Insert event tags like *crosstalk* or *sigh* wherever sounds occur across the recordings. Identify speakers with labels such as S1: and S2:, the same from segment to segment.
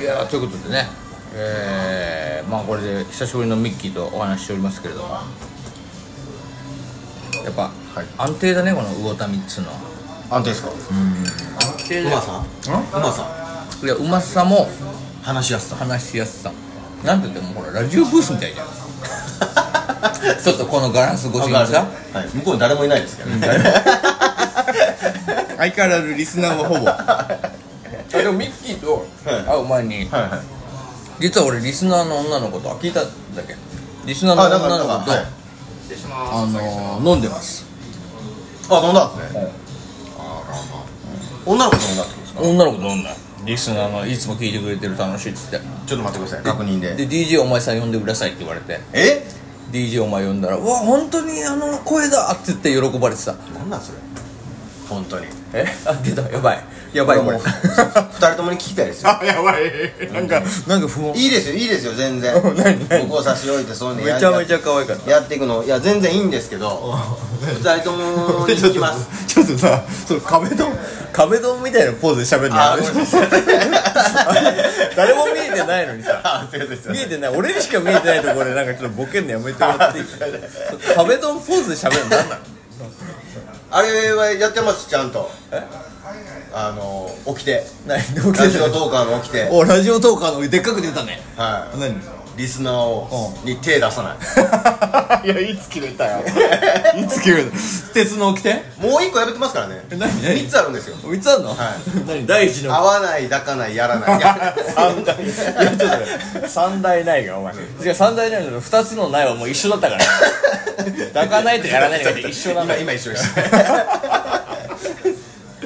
S1: いやーということでねえー、まあこれで久しぶりのミッキーとお話ししておりますけれどもやっぱ、
S2: はい
S1: 安定だねこの魚田3つの
S2: 安定ですか
S1: 安定
S2: うまさうまさ
S1: いやうまさも
S2: 話しやすさ
S1: 話しやすさなんて言ってもほらラジオブースみたいじゃん
S2: *laughs*
S1: ちょっとこのガランス越しにさ
S2: はい向こうに誰もいないですけどね
S1: 相変わらずリスナーはほぼあでもミッキーと会う前に、
S2: はいはい
S1: 実は俺リスナーの女の子とあ聞いたんだっけリスナーの
S2: あだから
S1: 女
S2: だ
S1: の
S2: か
S1: 子と
S2: らはい
S1: あのー、飲んでます
S2: あ飲んだんですねあらま女の子と飲んだってことですか
S1: 女の子と飲んだリスナーのいつも聞いてくれてる楽しいっつって
S2: ちょっと待ってください確認で
S1: で DJ お前さん呼んでくださいって言われて
S2: え
S1: DJ お前呼んだら「うわ本当にあの声だ!」って言って喜ばれてた
S2: なんなんそれ本当に
S1: え *laughs* あ出たやばいやばいこ
S2: もう
S1: れ
S2: *laughs* 二人ともに聞きたいですよ
S1: あ *laughs* やばいなんかなんか不穏
S2: いいですよいいですよ全 *laughs* 然
S1: うん何何
S2: 僕を差し置いてそういうの
S1: めちゃめちゃ可愛かった
S2: やっていくのいや全然いいんですけど二人ともに聞き *laughs* ます
S1: ちょっとさその壁ドン壁ドンみたいなポーズで喋るのやめて
S2: あごめんなさ
S1: 誰も見えてないのにさ
S2: *laughs* あすいませんすいま
S1: 見
S2: せ
S1: え
S2: ん
S1: てない俺にしか見えてないところでなんかちょっとボケんのやめてもらっていい壁ドンポーズで喋るの何なの
S2: あれはやってますちゃんとあの起きて
S1: 何
S2: ラジオトーカーの起きて
S1: おラジオトーカーのでっかく出たね
S2: は
S1: *laughs* 何
S2: いリスナーを
S1: う
S2: に手出さない
S1: いや *laughs* いつ切れたよいつ切れた鉄の掟
S2: もう一個やめてますからね
S1: え何何
S2: 3つあるんですよ
S1: いつあんの、
S2: は
S1: 何第一の
S2: 合わない抱かないや
S1: *laughs*
S2: らない
S1: 三大いやちょっと待って三大ないがお前違う三大ないの二つのないはもう一緒だ *laughs* ったから抱かないとやらないのが一緒なの
S2: 今今一緒です
S1: *laughs*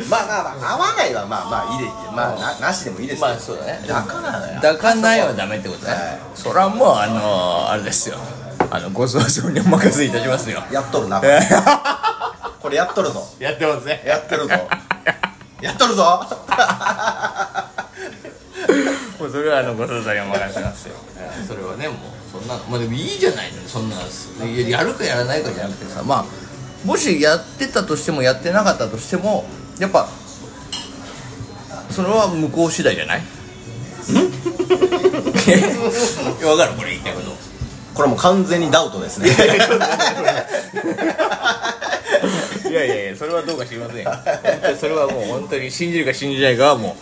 S2: まあまあまあ合わないはまあまあいいでまあななしでもいいです
S1: まあそうだね
S2: だからだよ
S1: 抱かないはダメってことね
S2: はい
S1: それはもうあのー、あれですよあのご想像にお任せいたしますよ
S2: やっとるなこれやっとるぞ
S1: やってますね
S2: やってるぞやっとるぞ
S1: もうそれはあのご想像にお任せしますよそれはねもうそんなのまあでもいいじゃないのそんなのいややるかやらないかじゃなくてさまあもしやってたとしてもやってなかったとしてもやっぱそれは向こう次第じゃないん *laughs* えわかるこれ言いたいこと
S2: これもう完全にダウトですね
S1: いやいやいやそれはどうか知りませんよ本当にそれはもう本当に信じるか信じないかはもう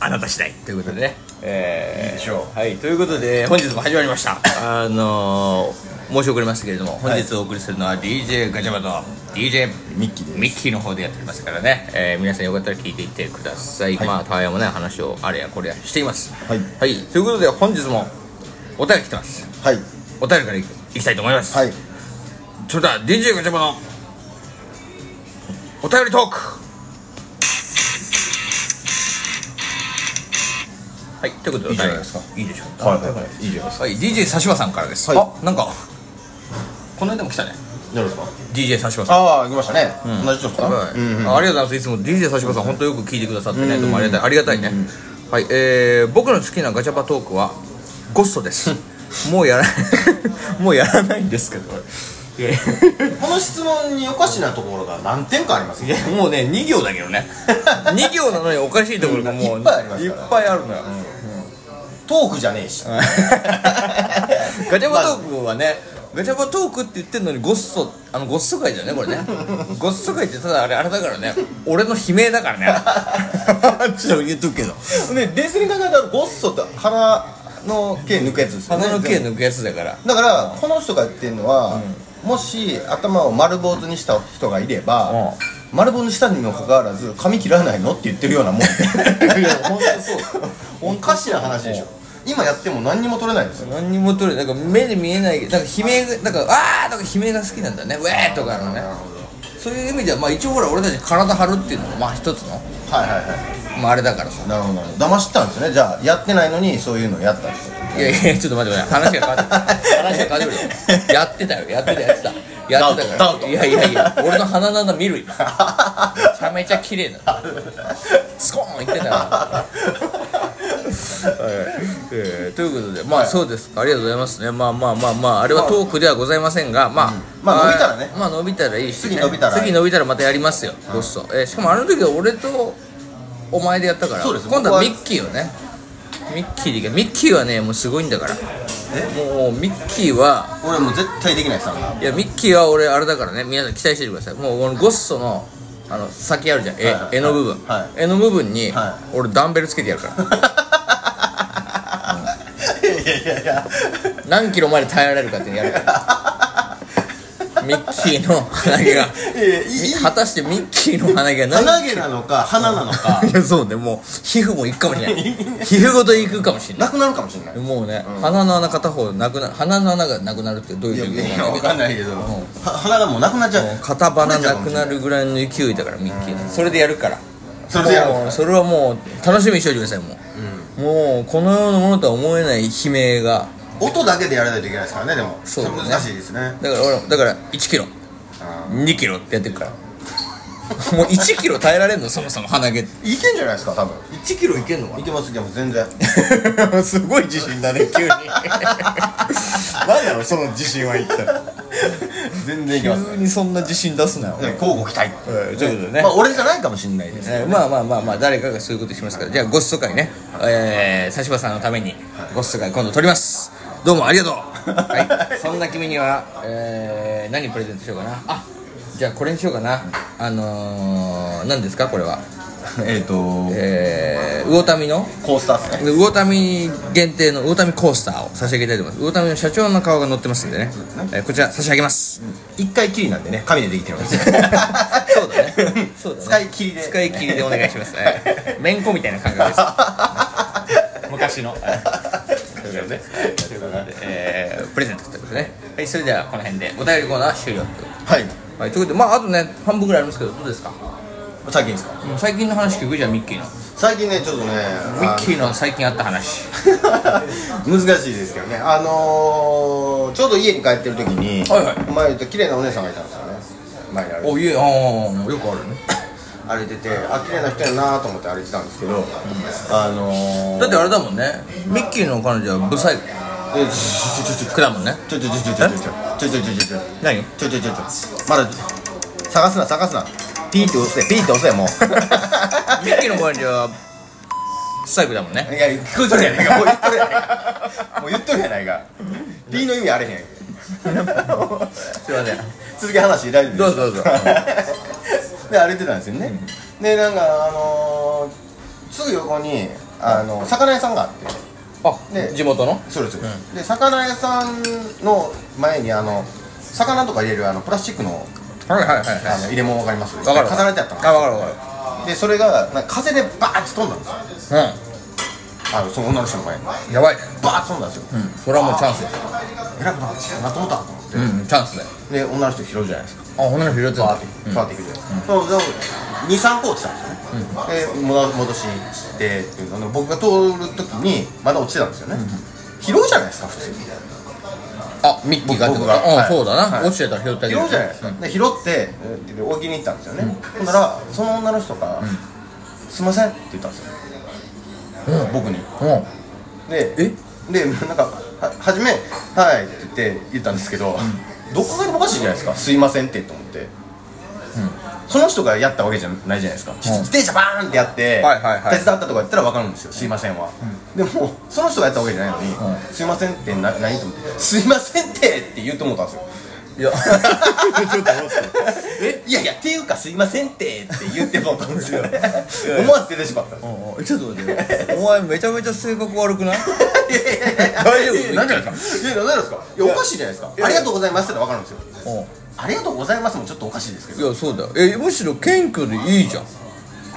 S1: あなた次第ということでねえー
S2: いいでしょ
S1: はいということで本日も始まりましたあのー、申し遅れますけれども本日お送りするのは DJ ガチャバと DJ
S2: ミッキーです
S1: ミッキーの方でやっておりますからね、えー皆さんよかったら聞いていってください、
S2: はい
S1: まあたわやもない話をあれやこれやしています
S2: はい
S1: ということで本日もお便り来てます
S2: はい
S1: お便りからいきたいと思います、
S2: はい
S1: それでは DJ ガチャバのお便りトークはいということで
S2: いいじゃないですか
S1: いいでしょうか
S2: はいはいいいじゃないです
S1: はい DJ さしばさんからです、
S2: はい
S1: あなんかこの間も来たね
S2: かどうですか
S1: DJ さしばさん
S2: ああ来ましたね、
S1: うん
S2: 同じ人ですか、
S1: はい
S2: うんうん
S1: あありがとうございますいつも DJ さしばさん本当よく聞いてくださってね、
S2: うん
S1: どうもありがたいありがたいね、はいえー、僕の好きなガチャパトークはゴストです
S2: *laughs*
S1: もうやら *laughs* もうやらないんですけどいやいや
S2: この質問におかしなところが何点かあります
S1: いやもうね2行だけ
S2: *laughs*
S1: どね2行なのにおかしいところがもう
S2: いっぱいあります
S1: い
S2: か
S1: っ
S2: ら
S1: ぱいあるのよ、
S2: トークじゃねえし
S1: *laughs* ガチャバトークはねガチャバトークって言ってんのにゴッソあのゴッソ会だよねこ
S2: *laughs*
S1: れねゴッソ会ってただあれあれだからね俺の悲鳴だから
S2: *laughs*
S1: ねちょっと言っとくけど
S2: ね冷静に考えたらゴッソって鼻の毛抜くやつですよね
S1: 鼻の毛抜くやつだから
S2: だからこの人が言ってるのは、もし頭を丸坊主にした人がいれば、丸坊主にしたにもかかわらず髪切らないのって言ってるようなも
S1: *laughs*
S2: ん
S1: いや本当そう
S2: *laughs* おかしな話でしょ今やっても何にも取れないんですよ
S1: 何にも取れないなんか目で見えないなんか悲鳴がなんかあーとか悲鳴が好きなんだねウェーとかのね
S2: ほど
S1: そういう意味ではまあ一応ほら俺たち体張るっていうのもまあ一つの
S2: はいはいは
S1: まああれだからさ
S2: いなるほどなるほど騙したんですねじゃあやってないのにそういうのやったんですよ
S1: いやいやちょっと待って待って話が変わってくる話が変わってくるよやってたよやってたやってたやってた
S2: ダウ
S1: か
S2: トダウト
S1: らいやいやいや俺の鼻の穴見る今めちゃめちゃ綺麗だったスコーンいってたわえーということでまあそうですかありがとうございますねまあまあまあまああれはトークではございませんがまあ
S2: まあ伸びたらね
S1: まあ伸びたらいいしね
S2: 次伸びたら
S1: 次伸びたらまたやりますよごっそえーしかもあの時は俺とお前でやったから
S2: そうです
S1: 今度は
S2: 僕
S1: ミ
S2: は
S1: ッキーをねミッキーでいいけどミッキーはねもうすごいんだからもうミッキーは
S2: *laughs* 俺もう絶対できないサウナはい
S1: やミッキーは俺あれだからね皆さん期待しててくださいもうこのゴッソのあの先あるじゃん絵,、
S2: はいはい
S1: 絵の部分、
S2: は
S1: 絵の部分に、
S2: は
S1: 俺ダンベルつけてやるから
S2: いやいやいや
S1: 何キロまで耐えられるかってやる
S2: *laughs*
S1: からミッキーの鼻毛が
S2: いやい
S1: み
S2: い
S1: 果たしてミッキーの鼻毛が何
S2: 鼻毛なのか鼻なのか
S1: *laughs* いやそうねもう皮膚もいくかもしれない皮膚ごといくかもしれな
S2: なくなるかもしれない
S1: いもうね、鼻の穴片方なくな鼻の穴がなくなるってどういう状況なの
S2: わかんないけどは鼻がもうなくなっちゃう
S1: 片鼻なくなるぐらいの勢いだからミッキーのそれでやるから
S2: それでやるん
S1: もう
S2: です
S1: それはもう楽しみにしといてくださいも
S2: かうん
S1: うもうこの世のものとは思えない悲鳴が
S2: 音だけでやらないといけないですからねでも
S1: そうだね
S2: れ難しいですね
S1: だから俺だから1キロ2キロってやってるからもう1キロ耐えら *laughs* れんのそもそも鼻毛
S2: いけんじゃないですか多分
S1: 1キロいけんの
S2: いけますいけます全然
S1: *laughs* すごい自信だね急 *laughs* に何だろうその自信は一体
S2: 全然い *laughs* けます
S1: 急にそんな自信出すなよ、
S2: ね交互期待
S1: ええということでね
S2: まあ俺じゃないかもしれないです
S1: えーまあまあまあまあ誰かがそういうことしますからじゃあゴッソ会ねえー、差しさんのためにゴッソ会今度撮りますどうもあ *laughs* りがとう、はい、そんな君には、えー、何プレゼントしようかなあじゃあこれにしようかなあのー、何ですかこれは
S2: えっと
S1: えー、魚民の
S2: コースターですね
S1: 魚民限定の魚民コースターを差し上げたいと思います魚民の社長の顔が載ってますんでねえーこちら差し上げます、
S2: 一回きりなんでね紙でできてるんです
S1: *laughs*
S2: よ
S1: そうだね *laughs* そうだね
S2: 使い切りで
S1: 使い切りでお願いし *laughs* ます。はいめんこみたいな感覚 *laughs* です。昔の。はいということで、ということでえープレゼントということでね。はい、それではこの辺でお便りコーナー終了と。
S2: はい
S1: はい、ということで、まああとね、半分ぐらいありますけど、どうですか
S2: 最近ですか
S1: 最近の話聞くじゃん、ミッキーの。
S2: 最近ねちょっとね
S1: ミッキーの最近あった話。
S2: あの *laughs* 難しいですけどねあのーちょうど家に帰ってる時に
S1: はいはい
S2: 前言った綺麗なお姉さんがいたんですよね前に歩いて
S1: お、いえ、ああ、よくあるね。
S2: 歩いててあ綺麗な人やなと思って歩いてたんですけど、あのー、
S1: だってあれだもんね、ミッキーの彼女はブサイ
S2: えちょちょちょちょ
S1: クだもんね。
S2: ちょちょちょちょちょちょちょちょちょちょ
S1: 何
S2: ちょちょちょちょまだ探すな探すなピーって押せピーって押せもう
S1: ミッキーの彼女は、サイクだもんね。
S2: *laughs* いや聞こえとるやないかもう言っとるやない *laughs* かもう言っとるやないかピーの意味あれへん
S1: すいません。
S2: 続き話大丈夫です
S1: どうぞどうぞ
S2: *laughs* で歩いてたんですよね、でなんかあのー、すぐ横にあの魚屋さんがあって
S1: あ、
S2: ね
S1: 地元の
S2: そうですそうです、で魚屋さんの前にあの魚とか入れるあのプラスチックの
S1: はいはいはい
S2: あ
S1: は
S2: の入れ物わかります
S1: い。わかる。
S2: 飾られてあった
S1: あ、わかるわかる。
S2: のでそれがなんか風でバーッと飛んだんですよ
S1: う
S2: あのその女の人の前にバ
S1: ん、やばい、
S2: ーッと飛んだんですよ、
S1: うん、それはもうチャンスですよ
S2: えらくなったなと思ったと思って
S1: うん、チャンスだよ
S2: で女の人拾うじゃないですか
S1: あ、ほんなら拾って
S2: バー
S1: た
S2: ッてバーッていくじゃないですか、そう23個落ちたんですよね、で戻戻してっていうので僕が通る時にまだ落ちてたんですよね、拾うじゃないですか普通に
S1: あ、ミッキーがってこと
S2: 僕が
S1: うん、
S2: はい
S1: そうだな、
S2: はい
S1: 落ちてたら拾ってあげ
S2: 拾
S1: る
S2: うじゃないですか、で拾ってで置きに行ったんですよね、ほんならその女の人が「すいません」って言ったんですよ、僕に
S1: うん、うん
S2: で
S1: え
S2: でなんかは初め「はい」って言って言ったんですけど、どこかでもおかしいじゃないですか「すいません」ってと思って、その人がやったわけじゃないじゃないですか、自転車バーンってやって、
S1: はいはいはい
S2: 手伝ったとか言ったら分かるんですよ「すいませんは」でもその人がやったわけじゃないのに「
S1: う
S2: すいません」ってな何と思って「すいませんって」って言うと思ったんですよ
S1: い
S2: *laughs*
S1: や、 *laughs* ちょっと待って
S2: え *laughs* いやいやっていうか「すいませんって」って言ってもうたんですよ思わず出てしまったんで
S1: う
S2: す
S1: んうんちょっと待ってお前めちゃめちゃ性格悪 *laughs* くない大丈夫
S2: え何がですかいや何がですかいやおかしいじゃないですか「ありがとうございます」って分かるんですよ
S1: う
S2: ありがとうございますもちょっとおかしいですけ
S1: んい
S2: ど
S1: や、そうだよえ、むしろ謙虚でいいじゃん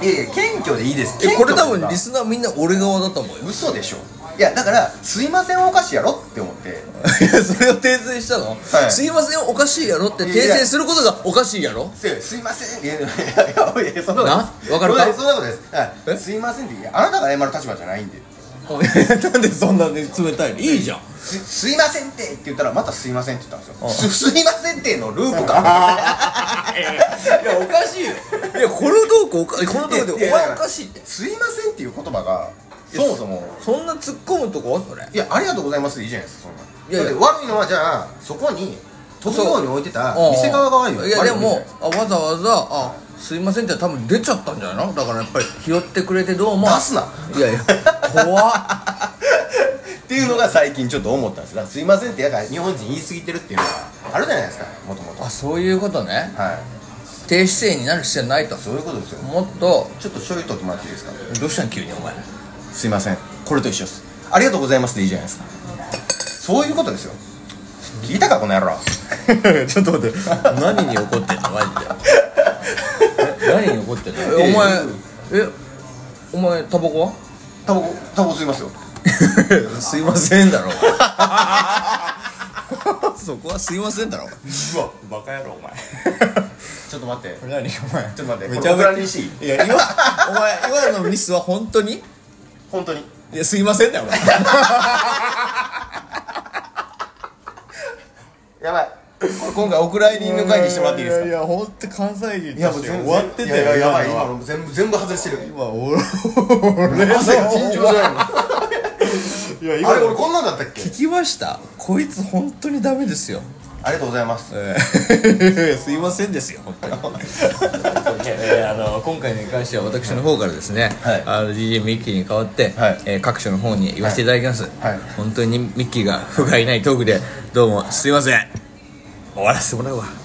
S2: いやいや謙虚でいいです
S1: え、これ多分リ
S2: リ
S1: ス
S2: ス
S1: ナーみんな俺側だと思うよ
S2: 嘘でしょいやだから「すいませんはおかしいやろ」って思っ
S1: *laughs*
S2: て
S1: いや、それを訂正したの、
S2: い
S1: すいません、おかしいやろって訂正することがおかしいやろ
S2: 「せすいません」いやいやいやいやそんなことないです
S1: なわかるか
S2: そんなことないですはい
S1: え
S2: すいません」っていやあなたが謝る立場じゃないんで
S1: *laughs* なんでそんなに冷たいのいいじゃん
S2: 「すすいませんって」って言ったらまた「すいません」って言ったん
S1: あ
S2: ですよ「すすいませんって」のループ *laughs* か
S1: いやおかしいよいやこのトークおかこのトークでお前おかしいって
S2: 「すいません」っていう言葉がそもそも
S1: そんな突っ込むとこそれ
S2: いやありがとうございますでいいじゃないですかそんない
S1: やいや
S2: だって悪いのはじゃあそこに飛ぶように置いてた店側が悪いよ
S1: いや
S2: 悪
S1: で
S2: の
S1: もあわざわざあすいませんって多分出ちゃったんじゃないのだからやっぱり拾ってくれてどうも
S2: 出すない
S1: やいや怖っ
S2: っていうのが最近ちょっと思ったんですだからすいませんってやっぱ日本人言い過ぎてるっていうのがあるじゃないですかもともとは
S1: あそういうことね
S2: い
S1: 低姿勢になる必要ないと
S2: そういうことですよ
S1: もっと
S2: ちょっと醤油取ってもらっていいですか
S1: どうしたん急にお前
S2: すいませんこれと一緒ですありがとうございますでいいじゃないですかそういうことですよ聞いたかこの野郎
S1: *laughs* ちょっと待って何に怒ってんのマジ *laughs* で何に怒ってんのえお前えお前タバコは
S2: タバコタバコ吸いますよ
S1: *laughs* すいませんだろそこはすいませんだろ
S2: うわ
S1: バカ野郎お前
S2: ちょっと待って
S1: 何お前
S2: ちょっと待って
S1: めちゃめ
S2: これオブラにし
S1: いや今お前今のミスは本当に
S2: 本当に
S1: いやすいませんだよお前
S2: やばいこれ今回お蔵入りの会議してもらっていいですか
S1: いやいや本当関西人
S2: いや
S1: と
S2: も
S1: し
S2: う
S1: て
S2: 全然
S1: 終わってた
S2: いや
S1: よ
S2: いややばい
S1: 今の
S2: 今
S1: は
S2: の全部全部外してる
S1: 今俺俺の
S2: 汗が尋常じゃないの
S1: いや
S2: あれ
S1: の
S2: 俺こんなんだったっけ
S1: 聞きましたこいつ本当にダメですよ、
S2: ありがとうございます
S1: えーすいませんですよ本当にえー *laughs* あの今回に関しては私の方からですね、
S2: はい
S1: あの DJ ミッキーに代わって、
S2: はい
S1: えー各所の方に言わせていただきます、
S2: はいはい
S1: 本当にミッキーが不甲斐ないトークでどうもすいません終わらせてもらうわ